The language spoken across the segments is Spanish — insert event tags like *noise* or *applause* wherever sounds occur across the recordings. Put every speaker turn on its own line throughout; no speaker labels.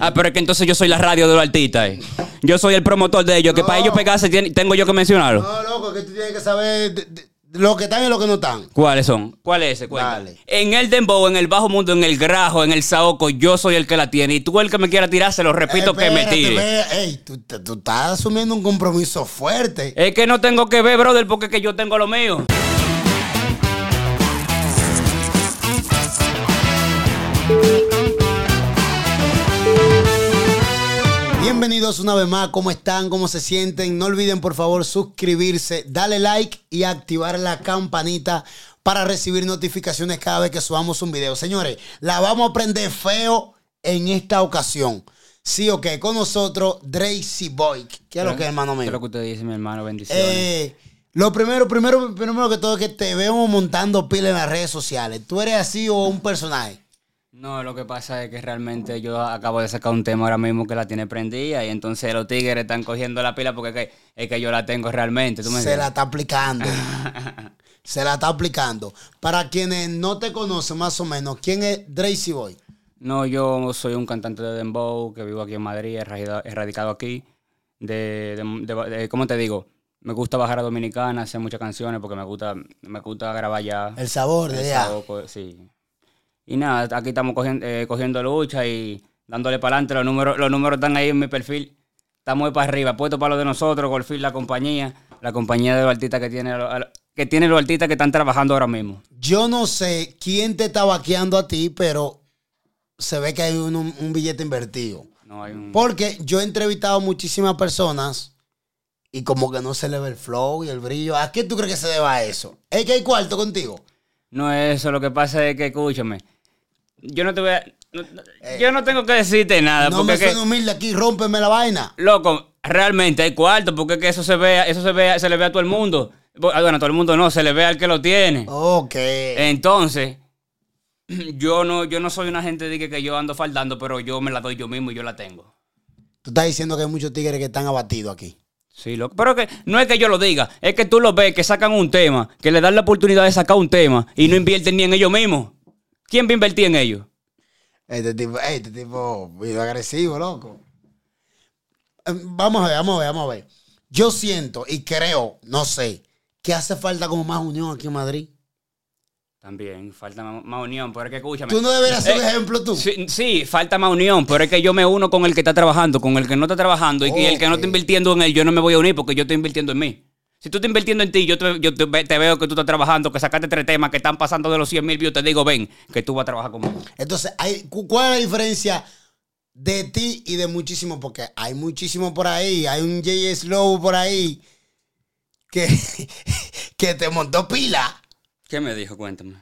Ah, pero es que entonces yo soy la radio de los artistas. eh. Yo soy el promotor de ellos, que para ellos pegarse tien- tengo yo que mencionarlo.
No, loco, que tú tienes que saber de- de- de lo que están y lo que no están.
¿Cuáles son? ¿Cuál es ese? Cuenta.
Dale.
En el dembow, en el bajo mundo, en el grajo, en el saoco, yo soy el que la tiene. Y tú el que me quiera tirar, se lo repito que me
Espérate,
tire.
ve- Ey, tú, te- tú estás asumiendo un compromiso fuerte.
Es que no tengo que ver, brother, porque es que yo tengo lo mío.
Bienvenidos una vez más, ¿cómo están? ¿Cómo se sienten? No olviden por favor suscribirse, darle like y activar la campanita para recibir notificaciones cada vez que subamos un video. Señores, la vamos a prender feo en esta ocasión. Sí, ok, con nosotros Dracy Boy. ¿Qué es lo que es, hermano
Es lo
mío?
que usted dice, mi hermano, bendiciones.
Eh, lo primero, primero, primero que todo es que te vemos montando pila en las redes sociales. ¿Tú eres así o un personaje?
No, lo que pasa es que realmente yo acabo de sacar un tema ahora mismo que la tiene prendida y entonces los tigres están cogiendo la pila porque es que, es que yo la tengo realmente. ¿tú me
Se
entiendes?
la está aplicando. Se la está aplicando. Para quienes no te conocen más o menos, ¿quién es Dracy Boy?
No, yo soy un cantante de dembow que vivo aquí en Madrid, erradicado- erradicado aquí. De, de- de- de- ¿Cómo te digo? Me gusta bajar a Dominicana, hacer muchas canciones porque me gusta, me gusta grabar ya.
El sabor de
El
allá.
Saoco, sí. Y nada, aquí estamos cogiendo, eh, cogiendo lucha y dándole para adelante. Los números, los números están ahí en mi perfil. Estamos muy para arriba, puesto para lo de nosotros, Golfil, la compañía, la compañía de los artistas que tiene, a los- a los- que tiene los artistas que están trabajando ahora mismo.
Yo no sé quién te está vaqueando a ti, pero se ve que hay un, un- un billete invertido.
No hay un.
Porque yo he entrevistado a muchísimas personas y como que no se le ve el flow y el brillo. ¿A qué tú crees que se deba eso? ¿Es que hay cuarto contigo?
No es eso, lo que pasa es que, escúchame, yo no te voy a. no- no- yo no tengo que decirte nada.
Eh. No
Ah, porque
me
es que-
suena humilde aquí, rómpeme la vaina.
Loco, realmente hay cuarto, porque es que eso se vea, eso se vea, se le ve a todo el mundo. Ah, Bueno, a todo el mundo no, se le ve al que lo tiene.
Ok.
Eh. Entonces, *clears throat* yo no, yo no soy una gente de que, que yo ando faldando, pero yo me la doy yo mismo y yo la tengo.
Tú estás diciendo que hay muchos tigres que están abatidos aquí.
Sí, loco. Pero que no es que yo lo diga, es que tú lo ves, que sacan un tema, que le dan la oportunidad de sacar un tema y no invierten ni en ellos mismos. ¿Quién va a invertir en ellos?
Este tipo, ey, este tipo, video agresivo, loco. Em, Vamos a ver, vamos a ver, vamos a ver. Yo siento y creo, no sé, que hace falta como más unión aquí en Madrid.
También, falta ma- más, unión, pero es que escúchame.
Tú no deberías ser un
Eh,
ejemplo tú.
Sí, sí, falta más unión, pero es que yo me uno con el que está trabajando, con el que no está trabajando y, y el que no está
Ok.
invirtiendo en él, yo no me voy a unir porque yo estoy invirtiendo en mí. Si tú estás invirtiendo en ti, yo te, yo te ve- te veo que tú estás trabajando, que sacaste tres temas que están pasando de los 100 mil views, te digo, ven, que tú vas a trabajar conmigo.
Entonces, hay, cu- ¿cuál es la diferencia de ti y de muchísimo? Porque hay muchísimo por ahí, hay un J.J. Slow por ahí que, *laughs* que te montó pila.
¿Qué me dijo? Cuéntame.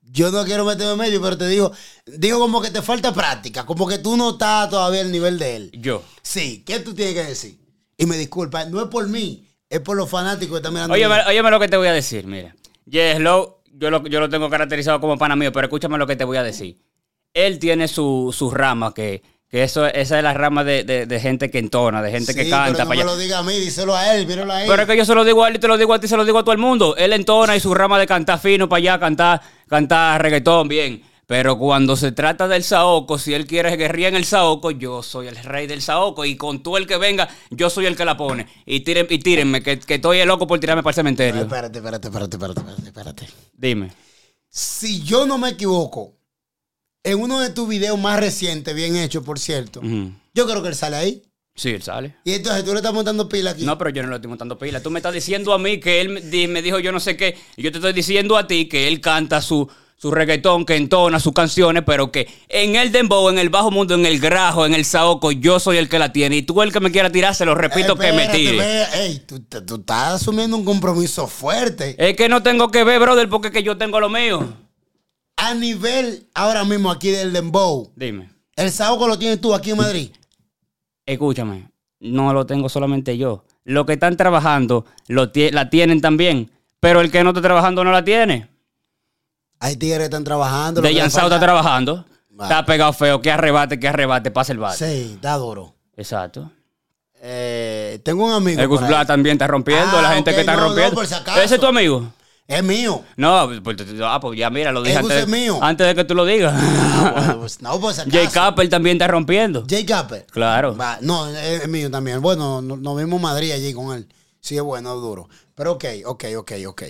Yo no quiero meterme en medio, pero te digo, digo como que te falta práctica, como que tú no estás todavía al nivel de él.
Yo.
Sí, ¿qué tú tienes que decir? Y me disculpa, no es por mí, es por los fanáticos que están mirando.
Óyeme,
el video.
óyeme lo que te voy a decir, mira. Yes, Low, yo lo, yo lo tengo caracterizado como pana mío, pero escúchame lo que te voy a decir. Él tiene su, su rama, que, que eso, esa es la rama de, de- de gente que entona, de gente que
Sí,
canta.
pero no
para
me
allá.
lo diga a mí, díselo a él, míralo a él.
Pero es que yo se lo digo a él y te lo digo a ti, se lo digo a todo el mundo. Él entona y su rama de cantar fino para allá, cantar, cantar reggaetón, bien. Pero cuando se trata del saoco, si él quiere guerrilla en el saoco, yo soy el rey del saoco. Y con todo el que venga, yo soy el que la pone. Y, tiren, y tírenme, que, que estoy el loco por tirarme para el
Pero
cementerio.
Espérate, espérate, espérate, espérate, espérate, espérate.
Dime.
Si yo no me equivoco, en uno de tus videos más recientes, bien hecho, por cierto,
Ujú.
yo creo que él sale ahí.
Sí, él sale.
Y entonces tú le estás montando pila aquí.
No, pero yo no lo estoy montando pila. Tú me estás diciendo a mí que él me di- me dijo yo no sé qué. Y yo te estoy diciendo a ti que él canta su, su reggaetón, que entona sus canciones, pero que en el dembow, en el bajo mundo, en el grajo, en el saoco, yo soy el que la tiene. Y tú el que me quiera tirar, se lo repito que me
Eh, Espérate,
tire.
ve- Ey, tú, te- tú estás asumiendo un compromiso fuerte.
Es que no tengo que ver, brother, porque es que yo tengo lo mío.
A nivel ahora mismo aquí del Dembow,
Dime.
el saoco lo tienes tú aquí en Madrid.
Escúchame, no lo tengo solamente yo. Los que están trabajando lo tie- la tienen también, pero el que no está trabajando no la tiene.
Hay tigres que están trabajando. lo
De
que le
Yansao está
falta-
trabajando.
Vale.
Está pegado feo. Que arrebate, que arrebate, pasa el bate.
Sí, está duro.
Exacto.
Eh, tengo un amigo.
El
por
Gus
ahí.
Blas también está rompiendo.
Ah,
la gente
ok,
que está
no, no,
rompiendo.
por si acaso.
Ese es tu amigo.
Es mío.
No, pues, ah, pues ya mira, lo dije
El gusto
antes,
es mío.
antes de que tú lo
*laughs*
digas.
Ah, bueno, pues, no,
*laughs*
pues acaso.
Jay Capel también está rompiendo.
Jay Capel.
Claro.
Va, no, es, es mío también. Bueno, no- nos vimos en Madrid allí con él. Sí, es bueno, es duro. Pero ok, ok, ok, ok.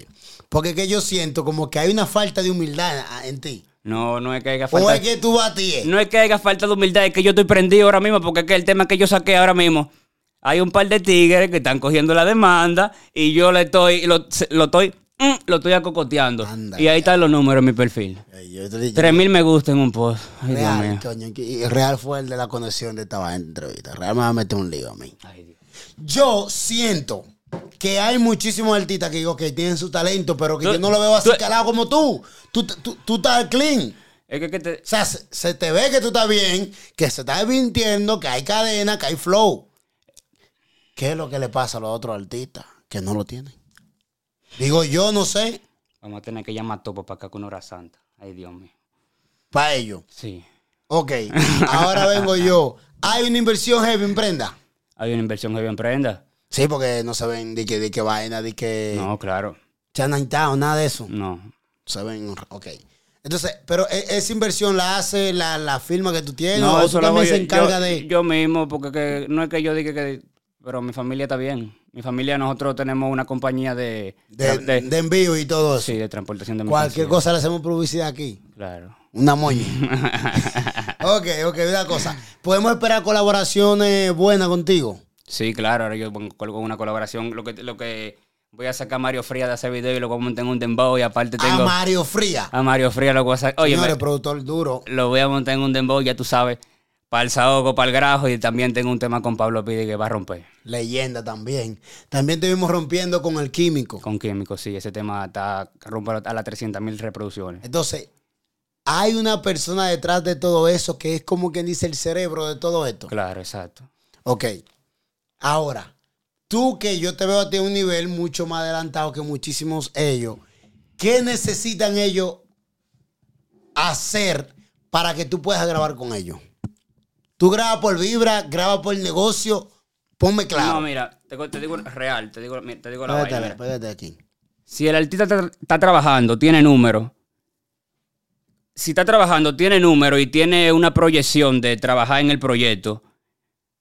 Porque es que yo siento como que hay una falta de humildad ah, en ti.
No, no es que haya
O
falta.
es que tú vas a ti. eh.
No es que haya falta de humildad, es que yo estoy prendido ahora mismo, porque es que el tema que yo saqué ahora mismo. Hay un par de tigres que están cogiendo la demanda y yo le estoy, lo, se- lo estoy, mm, lo estoy acocoteando.
Anda,
y ahí están los números en mi perfil.
Ay, yo te dije-
3000 me gusta en un post. Ay, Dios
Real,
mío.
coño, y Real fue el de la conexión de esta vaina de entrevista. Real me va a meter un lío a mí.
Ay, Dios.
Yo siento que hay muchísimos artistas que digo que tienen su talento, pero que
Tú-
yo no lo veo así
tú-
calado como tú. Tú, tú, tú estás clean.
Es que, que te-
O sea, se, se te ve que tú estás bien, que se está mintiendo, que hay cadena, que hay flow. ¿Qué es lo que le pasa a los otros artistas que no lo tienen? Digo, yo no sé,
Vamos a tener que llamar a Topo para acá con hora santa. Ay, Dios mío.
para ellos.
Sí.
Ok, ahora vengo yo. Hay una inversión heavy en prenda.
Hay una inversión que bien prenda.
Sí, porque no se ven de que, de que vaina, de que
No, claro.
Chinatown, nada de eso.
No.
Se ven, ok. Entonces, pero e- esa inversión la hace la, la firma que tú tienes
No,
o tú
eso lo
también
hago
se
yo-
encarga
yo-
de...
Yo mismo, porque que- no es que yo diga que... Pero mi familia está bien. Mi familia, nosotros tenemos una compañía de...
de,
tra- de-
de envío y todo eso.
sí, de transportación de
Cualquier
mercancía.
cosa le hacemos publicidad aquí.
Claro. *laughs*
Una moña. ok, ok, una cosa. ¿Podemos esperar colaboraciones buenas contigo?
Sí, claro. Ahora yo pongo- con una colaboración. Lo que, lo que voy a sacar a Mario Fría de hacer video y luego montar en un dembow. Y aparte
A
tengo a,
Mario Fría.
Mario Fría lo voy a sacar. Oye,
Ah, Señores,
me-
productor duro.
lo voy a montar en un dembow, ya tú sabes. Para el saoco, para el grajo. Y también tengo un tema con Pablo Pide que va a romper.
Leyenda también. También estuvimos rompiendo con el químico.
Con químicos, sí. Ese tema está rompe a las 300 mil reproducciones.
Entonces, hay una persona detrás de todo eso que es como quien dice el cerebro de todo esto.
Claro, exacto.
Ok. Ahora, tú que yo te veo a ti a un nivel mucho más adelantado que muchísimos ellos, ¿qué necesitan ellos hacer para que tú puedas grabar con ellos? Tú grabas por vibra, grabas por negocio, ponme
No,
claro. pues.
mira, te, cu- te digo real, te digo, te digo la vaina,
Pégate,
mira.
pégate aquí.
Si el artista está, está trabajando, tiene número. Si está trabajando, tiene número y tiene una proyección de trabajar en el proyecto.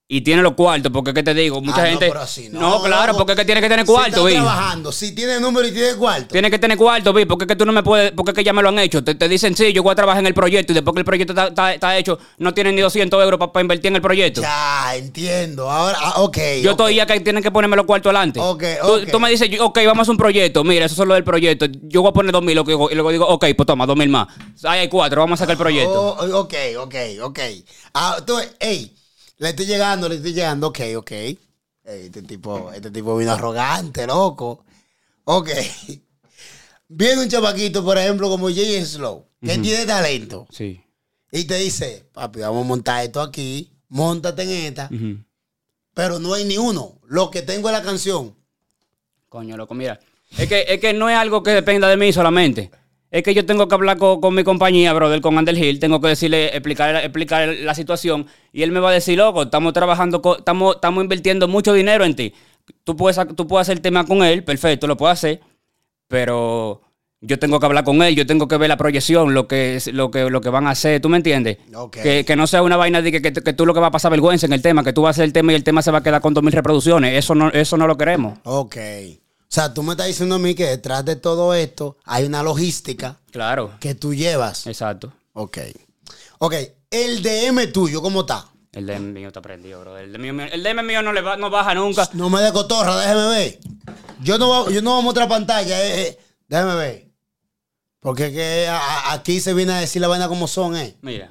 Y tiene los cuartos, porque qué te digo, mucha
Ah, no,
gente.
pero así no.
claro,
No,
porque es que tiene que tener
Si
cuarto,
está
vi.
trabajando, si tiene número y tiene cuarto.
Tiene que tener cuarto, vi, porque es que tú no me puedes, porque es que ya me lo han hecho. Te, te dicen, sí, yo voy a trabajar en el proyecto y después que el proyecto está, está- está hecho, no tienen ni 200 euros para invertir en el proyecto.
Ya, entiendo. Ahora, ah, ok.
Yo
ok.
todavía que tienen que ponerme los cuartos adelante.
Ok,
Tú-
ok.
Tú, me dices, yo, ok, vamos a hacer un proyecto. Mira, eso es lo del proyecto. Yo voy a poner dos mil. ok, Y luego digo, ok, pues toma, dos mil más. Ahí hay cuatro, vamos a sacar el proyecto.
Oh, ok, ok, ok. Ah, tú, ey, le estoy llegando, le estoy llegando, ok, ok. Ey, este tipo, este tipo vino arrogante, loco. Ok. *laughs* Viene un chavaquito, por ejemplo, como J. Slow, que tiene talento,
Sí.
y te dice, papi, vamos a montar esto aquí, montate en esta,
Ujú.
pero no hay ni uno. Lo que tengo es la canción.
Coño, loco, mira. Es que, es que no es algo que dependa de mí solamente. Es que yo tengo que hablar con, con mi compañía, brother, con Ander Hill. Tengo que decirle, explicar, explicar la situación. Y él me va a decir, loco, estamos trabajando, co- estamos, estamos invirtiendo mucho dinero en ti. Tú puedes, sac- tú puedes hacer tema con él, perfecto, lo puedo hacer. Pero yo tengo que hablar con él, yo tengo que ver la proyección, lo que, es- lo que, lo que van a hacer, ¿tú me entiendes?
Ok.
Que, que no sea una vaina de que, que- que tú lo que va a pasar vergüenza en el tema, que tú vas a hacer el tema y el tema se va a quedar con 2.000 reproducciones. Eso no, eso no lo queremos.
Ok. O sea, tú me estás diciendo a mí que detrás de todo esto hay una logística
Claro.
que tú llevas.
Exacto.
Ok. Ok, el DM tuyo, ¿cómo está?
El DM mío está prendido, bro. El DM mío, el DM mío no, le va- no baja nunca.
No me de cotorra, déjeme ver. Yo no, va- yo no voy a mostrar pantalla, eh, eh. déjeme ver. Porque es que a- a- aquí se viene a decir la vaina como son, eh.
Mira.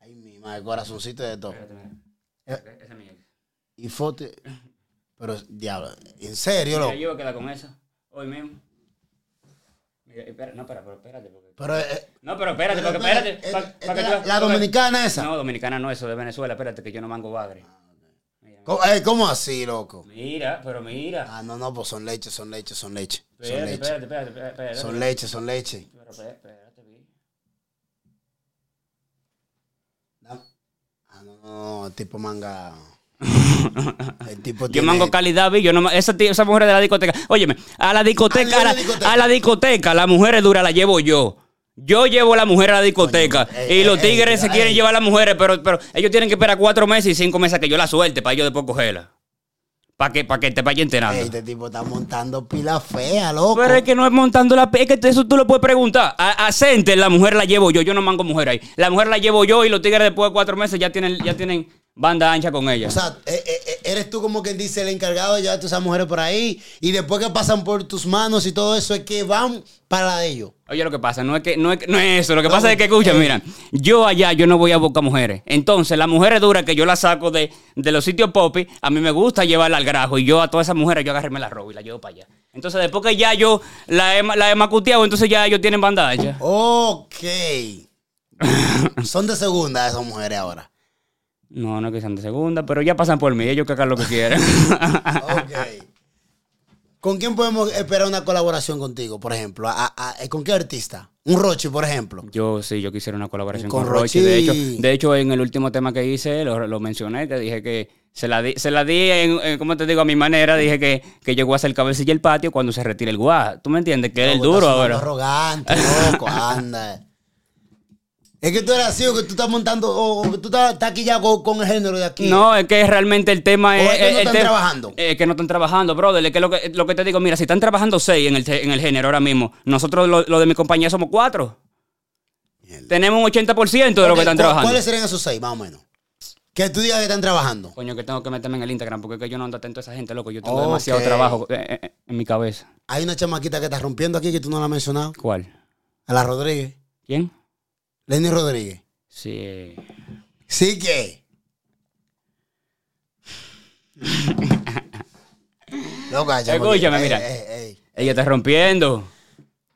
Ay, mi madre, corazoncito de todo.
Ese es mío.
Y foto. Pero, diablo, en serio,
Mira,
loco.
yo voy a quedar con esa. Hoy mismo. Mira, espera, no, espera, pero espérate. porque-
Pero, eh,
No, pero espérate,
Pero
porque
espérate,
espérate.
eh,
pa-
eh,
pa que
la-
tú veas-
la
pa que-
dominicana esa.
No, dominicana no, eso de Venezuela. Espérate, que yo no mango bagre.
¿cómo, eh, cómo así, loco?
Mira, pero mira.
Ah, no, no, pues son leche, son leche, son leche. Son
Espérate,
leche,
espérate, espérate, espérate. espérate.
son leche, son leche.
Pero espérate, espérate, vi. *laughs*
Ah, no, no, no, tipo manga. El tipo
Yo
tiene- este
mango calidad, vi. Yo no, esa, tía- esa mujer de la discoteca. Óyeme, a la discoteca,
Ah,
a la,
la discoteca.
a la discoteca, las mujeres duras la llevo yo. Yo llevo a la mujer a la discoteca.
Coño, eh,
y
ey,
los
ey,
tigres se
ey.
quieren llevar a las mujeres, pero, pero ellos tienen que esperar cuatro meses y cinco meses a que yo la suelte para yo después cogerla. Para que, para que te vaya enterando.
Ey, este tipo está montando pila fea, loco.
Pero es que no es montando la... pe- Es que eso tú lo puedes preguntar. A, a Center, la mujer la llevo yo. Yo no mango mujer ahí. La mujer la llevo yo y los tigres después de cuatro meses ya tienen, ya tienen banda ancha con ella.
O sea, eh, eh, eh, eres tú como quien dice el encargado de llevarte esas mujeres por ahí y después que pasan por tus manos y todo eso es que van para la de ellos.
Oye, lo que pasa, no es que no es, que- no es eso. Lo que pasa es que, escucha, mira, yo allá yo no voy a buscar mujeres. Entonces, las mujeres duras que yo las saco de, de los sitios popi, a mí me gusta llevarla al grajo. Y yo a todas esas mujeres, yo agarré y me las robo y las llevo para allá. Entonces, después que ya yo la he, ma- la he macuteado, entonces ya ellos tienen banda ancha.
Ok.
*laughs*
Son de segunda esas mujeres ahora.
No, no que sean de segunda, pero ya pasan por mí. Ellos que hagan lo que quieran. *laughs*
Ok. ¿Con quién podemos esperar una colaboración contigo, por ejemplo? ¿A- a- a- ¿Con qué artista? Un Rochi, por ejemplo.
Yo sí, yo quisiera una colaboración
Con
con, Rochi. De hecho,
Rochi.
de hecho, en el último tema que hice, lo, lo mencioné, te dije que se la di, se la di en, en, ¿cómo te digo? A mi manera, dije que, que yo voy a hacer el cabecilla el patio cuando se retire el guá. ¿Tú me entiendes? Que es el
Loco, estás
duro
sonando
ahora.
arrogante,
*laughs*
loco, anda. Es que tú eres así, o que tú estás montando, o, o que tú estás, estás aquí ya con, con el género de aquí.
No, es que realmente el tema
O
es.
es que no
el
están
tema-
trabajando.
Es que no están trabajando, brother. Es que lo que, lo que te digo, mira, si están trabajando seis en el, te- en el género ahora mismo, nosotros, lo, lo de mi compañía, somos cuatro. Tenemos un 80% de lo que están
¿Cu-
trabajando.
¿Cuáles serían esos seis, más o menos? Que tú digas que están trabajando.
Coño, que tengo que meterme en el Instagram porque es que yo no ando atento a esa gente, loco. Yo tengo
Ok.
demasiado trabajo eh, eh, en mi cabeza.
Hay una chamaquita que está rompiendo aquí que tú no la has mencionado.
¿Cuál?
A la Rodríguez.
¿Quién?
Lenny Rodríguez.
Sí. *laughs*
Sí que. Loca, chamaquita.
Escúchame,
Ey,
mira.
ey, ey.
Ella está rompiendo.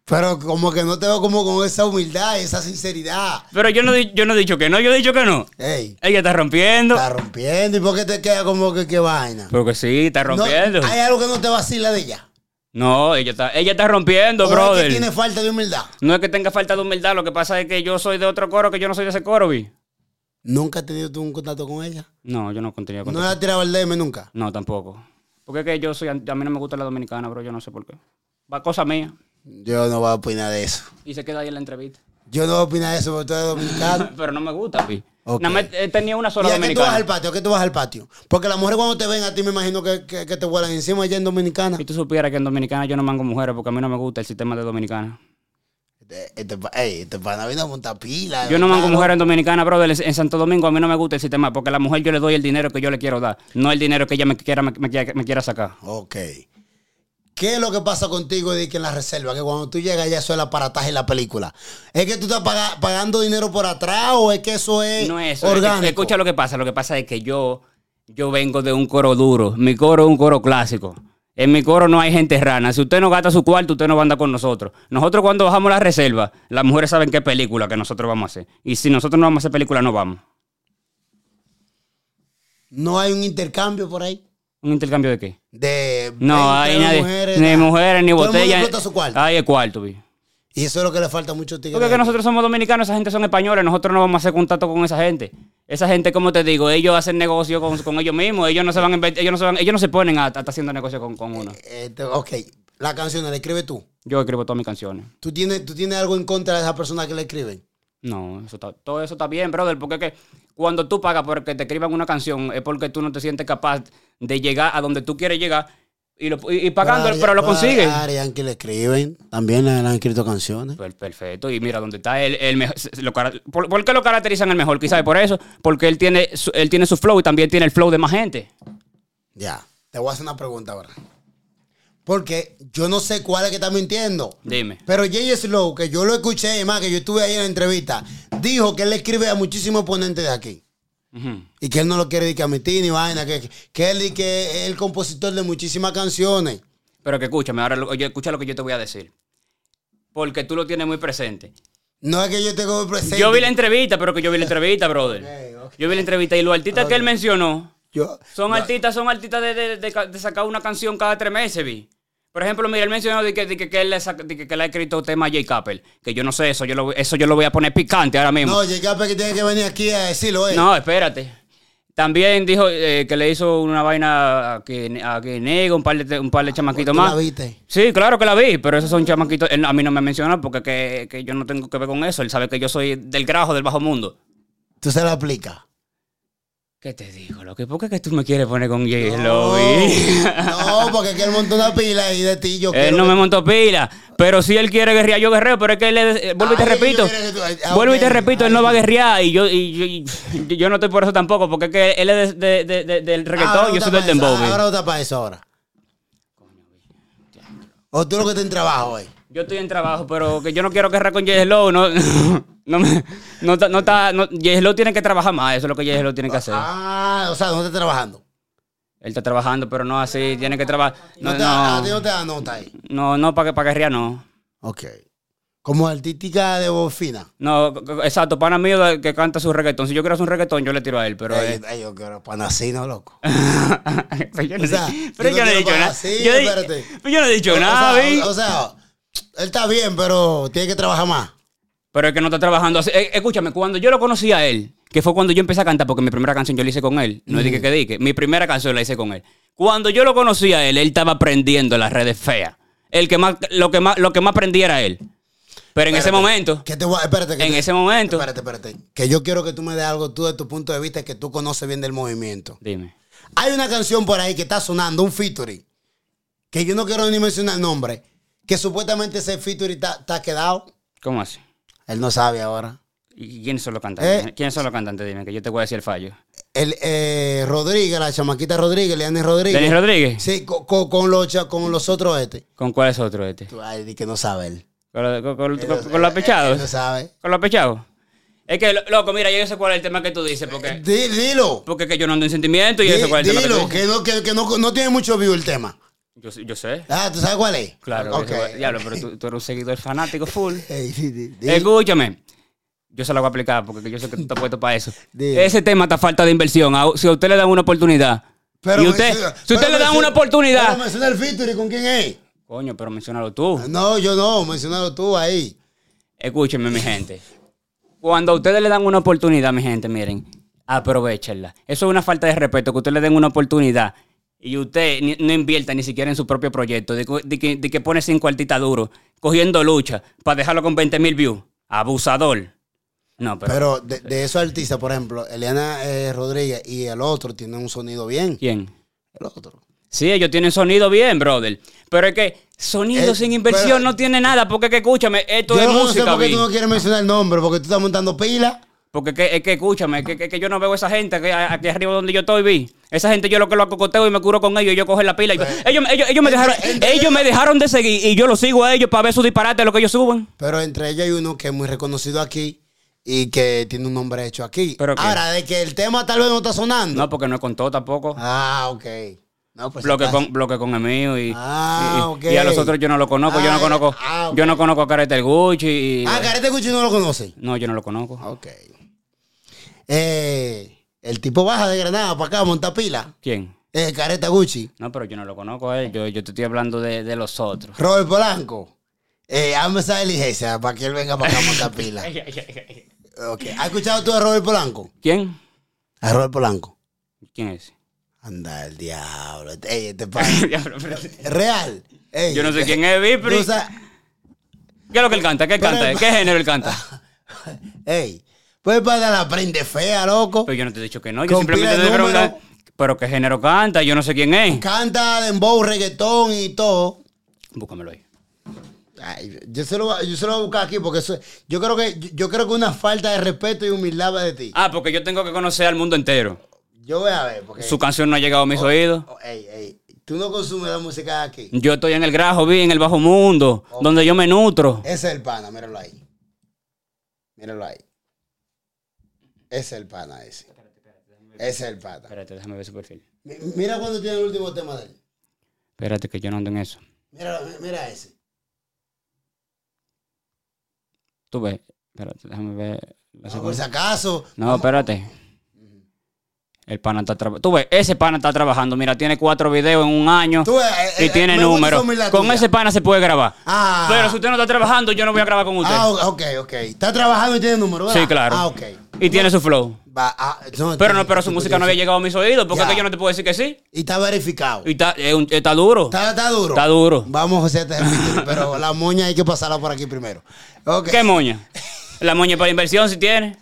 Pero como que no te veo como con esa humildad, esa sinceridad.
Pero yo no, di- yo no he dicho que no, yo he dicho que no.
Ey.
Ella está rompiendo.
Está rompiendo. ¿Y por qué te queda como que qué vaina?
Porque sí, está
No,
rompiendo.
hay algo que no te vacila de ella.
No, ella está, ella está rompiendo,
O es
brother.
que tiene falta de humildad.
No es que tenga falta de humildad, lo que pasa es que yo soy de otro coro que yo no soy de ese coro, vi.
¿Nunca has tenido tú un contacto con ella?
No, yo no continué con
¿No la has tirado el DM nunca?
No, tampoco. Porque es que yo soy, an- a mí no me gusta la dominicana, bro, yo no sé por qué. Va cosa mía.
Yo no voy a opinar de eso.
Y se queda ahí en la entrevista.
Yo no voy a opinar de eso porque tú
*laughs*
eres dominicano.
Pero no me gusta, vi.
Ok.
Nada más, eh, tenía una
¿Y
sola
a qué tú vas
dominicana.
al patio? ¿A qué tú vas al patio? Porque las mujeres cuando te ven a ti me imagino que, que- que te vuelan encima allá en Dominicana.
Si tú supieras que en Dominicana yo no mango mujeres porque a mí no me gusta el sistema de Dominicana.
Este, este, pa- ey, este pana vino a montar pila.
Yo no mango
claro.
mujeres en Dominicana, brother. En Santo Domingo a mí no me gusta el sistema porque a la mujer yo le doy el dinero que yo le quiero dar, no el dinero que ella me quiera, me, me quiera- me quiera sacar.
Ok. ¿Qué es lo que pasa contigo de que en la reserva? Que cuando tú llegas ya eso es el aparataje y la película. ¿Es que tú estás paga- pagando dinero por atrás o es que eso es,
No es eso.
Eh, orgánico?
Escucha lo que pasa. Lo que pasa es que yo, yo vengo de un coro duro. Mi coro es un coro clásico. En mi coro no hay gente rana. Si usted no gasta su cuarto, usted no va a andar con nosotros. Nosotros cuando bajamos la reserva, las mujeres saben qué película que nosotros vamos a hacer. Y si nosotros no vamos a hacer película, no vamos.
No hay un intercambio por ahí.
¿Un intercambio de qué?
De
No,
20
hay nadie.
mujeres,
ni
nada.
mujeres, ni
Todo el mundo
botellas.
explota su cuarto.
Ahí es cuarto, vi.
Y eso es lo que le falta a muchos tigres.
Porque es que nosotros somos dominicanos, esa gente son españoles, nosotros no vamos a hacer contacto con esa gente. Esa gente, como te digo, ellos hacen negocio con, con ellos mismos, ellos no se van a invertir- ellos no se van- ellos no se ponen a, a estar haciendo negocio con, con uno.
Este, ok, la canción la escribes tú.
Yo escribo todas mis canciones.
¿Tú tienes, ¿Tú tienes algo en contra de esa persona que le escriben?
No, eso está- todo eso está bien, brother, porque es que cuando tú pagas por que te escriban una canción es porque tú no te sientes capaz de llegar a donde tú quieres llegar y, lo- y- y pagando, pero, lo consigues.
A Arián que le escriben, también le han escrito canciones.
Per- Perfecto. Y mira, donde está él, él me- lo cara- ¿por, por qué lo caracterizan el mejor? Quizás por eso. Porque él tiene, su, él tiene su flow y también tiene el flow de más gente.
Ya, te voy a hacer una pregunta ahora. Porque yo no sé cuál es que está mintiendo.
Dime.
Pero J.J. Slow, que yo lo escuché, y más que yo estuve ahí en la entrevista, dijo que él le escribe a muchísimos ponentes de aquí.
Ujú.
Y que él no lo quiere ni que admitir ni vaina, que, que él y que es el compositor de muchísimas canciones.
Pero que escúchame, ahora lo- oye, escucha lo que yo te voy a decir. Porque tú lo tienes muy presente.
No es que yo tengo presente.
Yo vi la entrevista, pero que yo vi la entrevista, brother.
Ok, ok.
Yo vi la entrevista y los artistas que él mencionó
Yo-
son artistas, son artistas de, de- de ca- de sacar una canción cada tres meses, vi. Por ejemplo, mira, él mencionó de que, de que, que él, le saca- de que, que él ha escrito tema a J. Capel. Que yo no sé eso, yo lo, eso yo lo voy a poner picante ahora mismo.
*laughs* No, J.K. que tiene que venir aquí a decirlo, eh.
No, espérate. También dijo eh, que le hizo una vaina a que, a que Nego, un par de, un par de chamaquitos
¿Tú Ah, la
más.
viste?
Sí, claro que la vi, pero esos son chamaquitos. él a mí no me menciona porque que, que yo no tengo que ver con eso. Él sabe que yo soy del grajo, del bajo mundo.
Tú se la aplicas.
¿Qué te digo, loco? ¿Por qué es que tú me quieres poner con Jay
No,
Lobby?
*laughs* no, porque es que él montó una pila y de ti yo
*laughs* Él
quiero
no
que-
me montó pila, pero si él quiere guerrear, yo guerreo, pero es que él es- eh, vuelvo y te
Ay,
repito,
yo quiero que tú- ay, ah,
vuelvo y
ok,
te repito, él
ay.
no va a guerrear y yo, y yo, y- yo no estoy por eso tampoco, porque es que él es de- de- de- de- del
Ahora
reggaetón, yo
vota
soy del
pa' eso,
dembow.
Ahora
baby.
vota para eso ahora. O tú lo que te en trabajo hoy.
Yo estoy en trabajo, pero que yo no quiero guerrear con Jay Slow, no, *laughs* no, me- no, está- no está, no, Jay Slow tiene que trabajar más, eso es lo que Jay Slow tiene que hacer.
Ah, o sea, no estás trabajando.
Él está trabajando, pero no así, tiene que trabajar,
No,
no,
te, a ti
no,
no te da nota ahí.
no, no, para que para guerrear no.
Ok. Como artística de voz fina.
No, c- c- exacto, pana mío de- que canta su reggaetón. Si yo quiero hacer un reggaetón, yo le tiro a él, *laughs* pero... eh,
Ay, ay, yo quiero panacino, loco.
pero yo no,
O sea,
he-
yo
pero
no
yo no he
quiero
dicho
pagar.
nada.
Sí,
Yo di-
espérate.
pero yo no he dicho nada,
o,
vi.
sea, o- o sea, él está bien, pero tiene que trabajar más.
Pero es que no está trabajando así. Eh, escúchame, cuando yo lo conocí a él, que fue cuando yo empecé a cantar, porque mi primera canción yo la hice con él. No
Mm.
dije que dije. Mi primera canción la hice con él. Cuando yo lo conocí a él, él estaba aprendiendo las redes feas. El que más, lo que más, lo que más aprendía era él. Pero en ese
Espérate,
momento,
Que te voy a- espérate, que
en
te-
ese momento,
Espérate, espérate. Que yo quiero que tú me des algo tú de tu punto de vista que tú conoces bien del movimiento.
dime.
Hay una canción por ahí que está sonando, un featuring, que yo no quiero ni mencionar el nombre, que supuestamente ese featuring está está quedado.
¿Cómo así?
Él no sabe ahora.
¿Y quiénes son los cantantes?
Eh.
¿Quiénes son los cantantes? Dime, que yo te voy a decir el fallo.
El eh, Rodríguez, la chamaquita Rodríguez, Leanis Rodríguez.
¿Denis Rodríguez?
Sí, co- co- con, los, cha- con los otros este.
¿Con cuál es otro este?
Tú, Ay, di que no sabe él.
¿Con, lo- con- con- con-
Él-
con los
él- él
apechados?
Eh, No sabe.
¿Con los pechados? Es que, lo- loco, mira, yo sé cuál es el tema que tú dices, porque,
Di- dilo.
porque es que yo no ando en sentimiento y yo sé
Di-
cuál es el tema que tú
dilo,
dices.
que, no, que, que no, no tiene mucho view el tema.
Yo, sé- yo sé,
Ah, ¿tú sabes cuál es?
claro.
Ok.
yo sé cuál- Diablo, pero tú, tú eres un seguidor fanático full.
Ey, di- di- *laughs* di-
Eh, Escúchame. Yo se la voy a aplicar porque yo sé que tú estás puesto para eso.
Dilo.
Ese tema está falta de inversión. A- Si a usted le dan una oportunidad.
Pero
y
me-
usted,
pero
si usted le
me-
dan una
Pero
oportunidad.
menciona el featuring, ¿con quién es?
Coño, pero mencionalo tú.
No, yo no, mencionalo tú ahí.
Escúchenme, mi gente. Cuando a ustedes le dan una oportunidad, mi gente, miren, aprovechenla. Eso es una falta de respeto, que ustedes le den una oportunidad y usted ni- no invierta ni siquiera en su propio proyecto, de, que- de que, de que pone cinco artistas duros, cogiendo lucha, para dejarlo con 20 mil views. Abusador. No, pero,
Pero de, de esos artistas, por ejemplo, Eliana eh, Rodríguez y el otro tienen un sonido bien.
¿quién?
El otro.
Sí, ellos tienen sonido bien, brother. Pero es que sonido
Eh,
sin inversión
pero-
no tiene nada, porque es que escúchame, esto
yo
es
no sé
música,
por qué
vi.
tú no quieres mencionar el nombre, porque tú estás montando pila.
Porque es que, es que, escúchame, es que, es que yo no veo a esa gente que, a- aquí arriba donde yo estoy, vi. Esa gente yo lo que lo acocoteo y me curo con ellos, yo cojo la pila. y-
Eh.
ellos, ellos, ellos, me dejaron,
Entre-
ellos me dejaron de seguir y yo lo sigo a ellos para ver sus disparates, lo que ellos suben.
Pero entre ellos hay uno que es muy reconocido aquí y que tiene un nombre hecho aquí.
¿Pero qué?
Ahora, de que el tema tal vez no está sonando.
No, porque no es con todo tampoco.
Ah, ok. No, pues
bloque,
está-
con, bloque con el mío y,
Ah,
y-
ok.
y a los otros yo no lo conozco. yo
Ah,
no conozco
ah, ok.
yo no conozco a Careta el Gucci. y-
Ah, Carete Cuchi no lo conoce.
no, yo no lo conozco.
Ok. Eh, el tipo baja de Granada para acá, monta pila.
¿Quién?
Eh, Careta Gucci.
No, pero yo no lo conozco a él. Yo, yo te estoy hablando de, de los otros.
*laughs* Robert Polanco. Eh, hazme esa diligencia para que él venga para acá a montar pila.
*laughs*
Ok. ¿Has escuchado tú a Robert Polanco?
¿Quién?
A Robert Polanco.
¿Quién
*laughs*
es?
Anda el diablo. Ey,
*laughs*
este pana.
Diablo, pero-
Real. Ey, este,
Yo no sé quién es, vi, pero-
tú sabes-
¿Qué es lo que él canta? ¿Qué él
Pero-
canta? ¿Qué género él canta?
Ey, pues para la prende fea,
Pero
loco.
Pues yo no te he dicho que no. Yo
Con
simplemente te
pila de
he
número.
preguntado, Pero qué género canta, yo no sé quién es.
Canta dembow, reggaetón y todo.
Búscamelo ahí.
Ay, yo, se lo, voy a- yo se lo voy a buscar aquí porque eso- yo creo que yo, yo creo que una falta de respeto y humildad va de ti.
Ah, porque yo tengo que conocer al mundo entero.
Yo voy a ver porque
Su canción no ha llegado a mis oídos.
Oh, ey, ey, tú no consumes la música de aquí.
Yo estoy en el grajo, vi, en el bajo mundo, donde yo me nutro.
Ese es el pana, míralo ahí. Míralo ahí. Ese es el pana ese. Ese es el pana.
Espérate, déjame ver su perfil.
Mi- Mira cuando tiene el último tema de él.
Espérate que yo no ando en eso.
Mira, mira ese.
Tú ves. Espérate, déjame ver. la
No, por si
secuencia.
acaso.
No, espérate. El pana está trabajando. Tú ves, ese pana está trabajando. Mira, tiene cuatro videos en un año.
Tú, eh,
y
eh, eh,
tiene
me gusta esa
números.
humildad
Con
tuya.
ese pana se puede grabar.
Ah.
Pero si usted no está trabajando, yo no voy a grabar con usted.
Ah, ok, ok. Está trabajando y tiene número, ¿verdad?
Sí, claro.
Ah, ok.
Y tiene su flow.
Va, ah, no,
Pero
tú-
no, pero su
tú-
música no había llegado a mis oídos. Porque
Ya.
es que yo no te puedo decir que sí.
Y está verificado.
Y está, es un- está duro.
Está, está duro.
Está duro.
Vamos,
*laughs*
José, te repito, pero la moña hay que pasarla por aquí primero. Ok.
¿Qué
*laughs*
moña? La moña para inversión si tiene.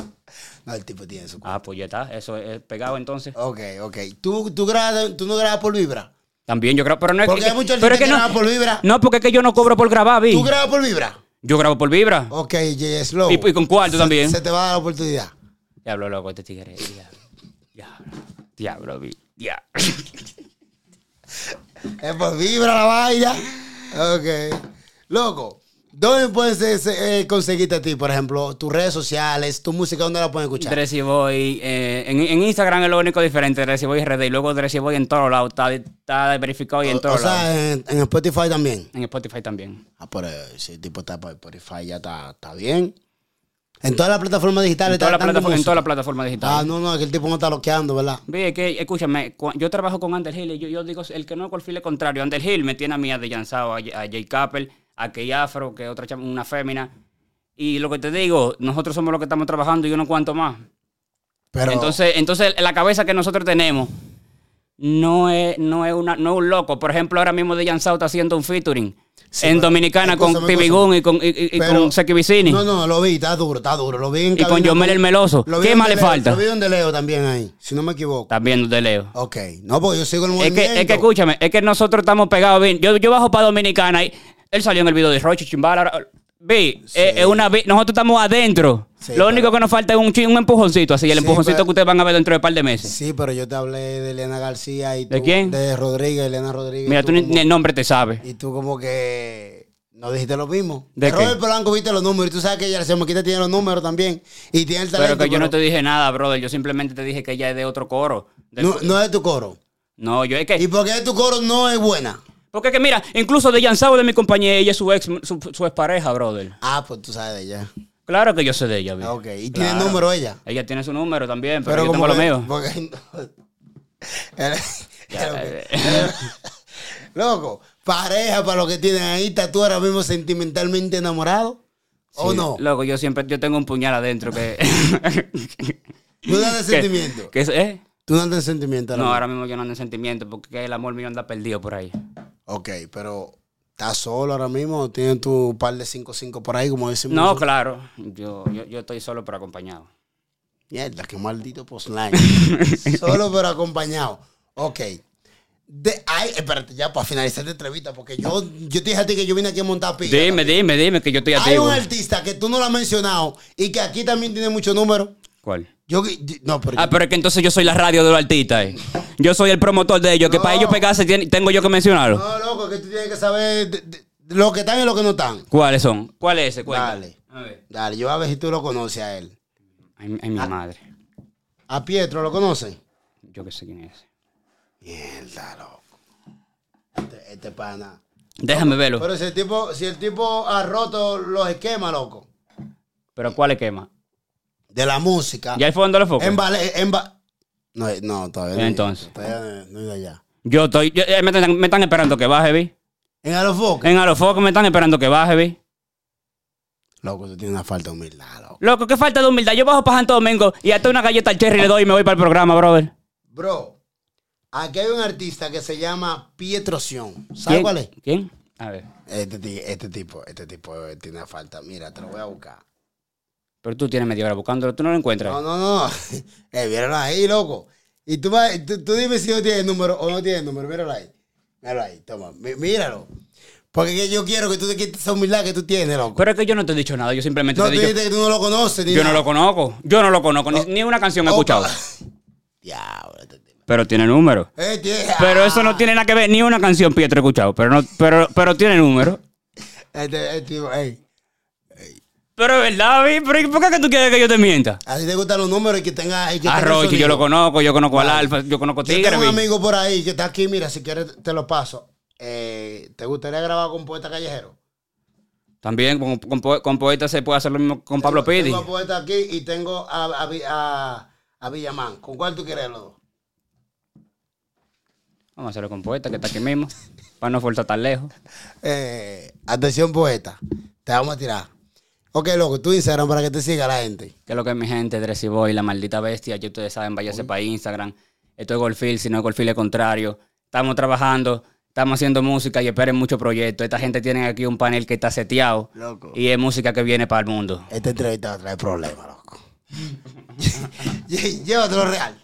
No, el tipo tiene su.
Ah, pues ya está. Eso es pegado entonces.
Ok, ok. ¿Tú, tú, grabas- tú no grabas por vibra?
También yo grabo, pero no es
Porque
que,
hay muchos
pero es
artistas
que
que
no,
graban por vibra.
No, porque es que yo no cobro por grabar, vi.
¿Tú grabas por vibra?
Yo grabo por vibra.
Ok, J. Slow.
Y- y con cuarto
Se-
también.
Se te va a dar la oportunidad.
Diablo, loco, este tigre. Diablo. Diablo. Diablo, vi. Diablo.
Es por vibra la vaina. Ok. Loco, ¿dónde puedes eh, eh, conseguirte a ti, por ejemplo, tus redes sociales, tu música, dónde la pueden escuchar?
Dressy Boy. eh, en, en Instagram es lo único diferente. Dressy Boy RD. Y luego Dressy Boy en todos lados. Está, está verificado y en
o, o
todos lados.
sea, en, en Spotify también.
En Spotify también.
Ah, pero eh, si el tipo está por Spotify ya está, está bien. En todas las plataformas digitales
En todas las
está dando
plataformas en
música.
todas las plataformas digitales.
Ah, no, no, es que el tipo no está bloqueando, ¿verdad?
Ve, que, escúchame, cua- yo trabajo con Ander Hill y yo, yo digo, el que no es el contrario. Ander Hill me tiene a mí, a Dejanzado, a, J- a Jay Capel, a Key Afro, que es otra chama- una fémina. Y lo que te digo, nosotros somos los que estamos trabajando y yo no cuanto más.
Pero,
Entonces, entonces la cabeza que nosotros tenemos no es, no es, una, no es un loco. Por ejemplo, ahora mismo Dejanzado está haciendo un featuring en
pero-
Dominicana con
escúchame,
Pibigún y con, y, y- y
Pero-
con Seki Vicini
no, no, lo vi, está duro, está duro. Lo vi en
y con
cabina
Yomel el Meloso.
lo vi
¿Qué
en
más le
Deleo,
falta?
Lo vi donde Leo también ahí, si no me equivoco.
También de Leo.
Ok, no, porque yo sigo el
Es
movimiento.
que, es que escúchame, es que nosotros estamos pegados, bien. Yo, yo bajo para Dominicana y él salió en el video de Roche Chimbala. ahora- Vi, eh, es una vi- nosotros estamos adentro.
Sí,
Lo
pero-
único que nos falta es un, chi- un empujoncito, así, el
Sí,
empujoncito
pero-
que ustedes van a ver dentro de un par de meses.
Sí, pero yo te hablé de Elena García y tú,
¿De quién?
De Rodríguez, Elena Rodríguez.
Mira, tú ni,
como-
ni el nombre te sabes.
Y tú como que no dijiste lo mismo.
¿De qué?
Robert Polanco viste los números y tú sabes que ella se me quita tiene los números también. Y tiene el talento.
Pero que yo no te dije nada, brother. Yo simplemente te dije que ella es de otro coro. Del-
No, no es tu coro.
No, yo es que.
¿Y por qué tu coro no es buena?
Porque es que mira, incluso de Yansabo de mi compañía, ella es su ex, su, su expareja, brother.
Ah, pues tú sabes de ella.
Claro que yo sé de ella, vi.
Ah, ok. Y tiene
Claro.
número ella.
Ella tiene su número también, pero,
Pero
yo tengo
como
lo
que-
mío.
porque- *laughs* Era- era lo que- Loco, pareja para lo que tienen ahí, ¿estás tú ahora mismo sentimentalmente enamorado?
Sí,
¿O oh, no?
Loco, yo siempre yo tengo un puñal adentro
*laughs*
que.
¿Tú no andas en
que-
sentimiento?
que es- ¿eh?
¿Tú no andas en sentimiento? ahora
No,
mismo?
ahora mismo yo no ando en sentimiento porque el amor mío anda perdido por ahí.
Ok, pero ¿estás solo ahora mismo? ¿Tienes tu par de 5-5 por ahí, como decimos?
No,
nosotros?
claro. Yo, yo, yo estoy solo pero acompañado.
Mierda, qué maldito
*laughs*
postline. solo pero acompañado. Ok. De, ay, espérate, ya para finalizar esta entrevista, porque yo, yo te dije a ti que yo vine aquí a montar pila.
Dime, dime, dime que yo estoy
Hay
activo.
un artista que tú no lo has mencionado y que aquí también tiene mucho número.
¿Cuál?
Yo, yo- no, pero
Ah, pero es que entonces yo soy la radio de los artistas. eh. Yo soy el promotor de ellos, que
No.
para ellos pegarse tien- tengo yo que mencionarlo.
no, loco, que tú tienes que saber de- de- de lo que están y lo que no están.
¿Cuáles son? ¿Cuál es ese? Cuenta.
Dale.
A ver.
Dale, yo a ver si tú lo conoces a él.
Ay, ay, mi madre.
A Pietro, ¿lo conoces?
Yo que sé quién es.
Mierda, loco. Este, este pana.
Déjame verlo.
Pero si el tipo, si el tipo ha roto los esquemas, loco.
Pero ¿cuál es quema?
De la música.
¿Ya el fondo lo foco?
En vale, en va- No, eh, no, todavía no.
Entonces.
Todavía no, no he ido allá.
Yo estoy. yo- eh, me, están, me están esperando que baje, vi.
En Alofoque.
En Alofoco me están esperando que baje, vi.
Loco, tú tienes una falta de humildad, loco.
Loco, qué falta de humildad. Yo bajo para Santo Domingo y hasta una galleta al cherry le doy y me voy para el programa, brother.
Bro, aquí hay un artista que se llama Pietro Sion. ¿Sabes
¿Quién?
cuál es?
¿Quién? A ver.
Este, ti- este tipo, este tipo eh, tiene una falta. Mira, te lo voy a buscar.
Pero tú tienes media hora buscándolo, tú no lo encuentras.
No, no, no. *laughs* Eh, míralo ahí, loco. Y tú, vas- tú, tú dime si no tiene número o no tiene número. Míralo ahí. Míralo ahí, toma. mí- Míralo. Porque que yo quiero que tú te quites esa humildad que tú tienes, loco.
Pero es que yo no te he dicho nada, yo simplemente
No,
te
tú
he dicho.
dijiste que tú no Oh. lo conoces. Ni
Yo no
nada.
lo conozco, yo no lo conozco, ni, ni una canción he
Opa.
escuchado.
Diablo. este tipo.
Pero tiene número.
Eh, tiene-
Pero
ah,
eso no tiene nada que ver, ni una canción Pietro he escuchado, pero, no, pero, pero tiene número.
Este, este tipo, ey.
Pero es verdad, vi, pero ¿por qué es que tú quieres que yo te mienta?
A ti te gustan los números y que tenga. y que
A
tenga
Rochi yo
sonido.
lo conozco, yo conozco al Alfa, yo conozco a
Yo
Tigre,
tengo un
vi.
amigo por ahí que está aquí, mira, si quieres te lo paso. Eh, ¿Te gustaría grabar con poeta callejero?
También con, con po- con poeta se puede hacer lo mismo con Pablo Pidi.
Tengo a poeta aquí y tengo a, a, Vi- a, a Villamán. ¿Con cuál tú quieres los dos?
Vamos a hacerlo con poeta, que está aquí mismo. Para no forzar tan lejos.
Eh, atención, poeta. Te vamos a tirar. Ok, loco, tu Instagram para que te siga la gente.
Que lo que es mi gente, Dressy Boy, la maldita bestia. Ya ustedes saben, váyase para Instagram. Esto es Goldfield, si no es Goldfield, es contrario. Estamos trabajando, estamos haciendo música y esperen muchos proyectos. Esta gente tiene aquí un panel que está seteado.
Loco.
Y es música que viene para el mundo.
Esta *laughs* entrevista va a traer problemas, loco. Llévatelo real.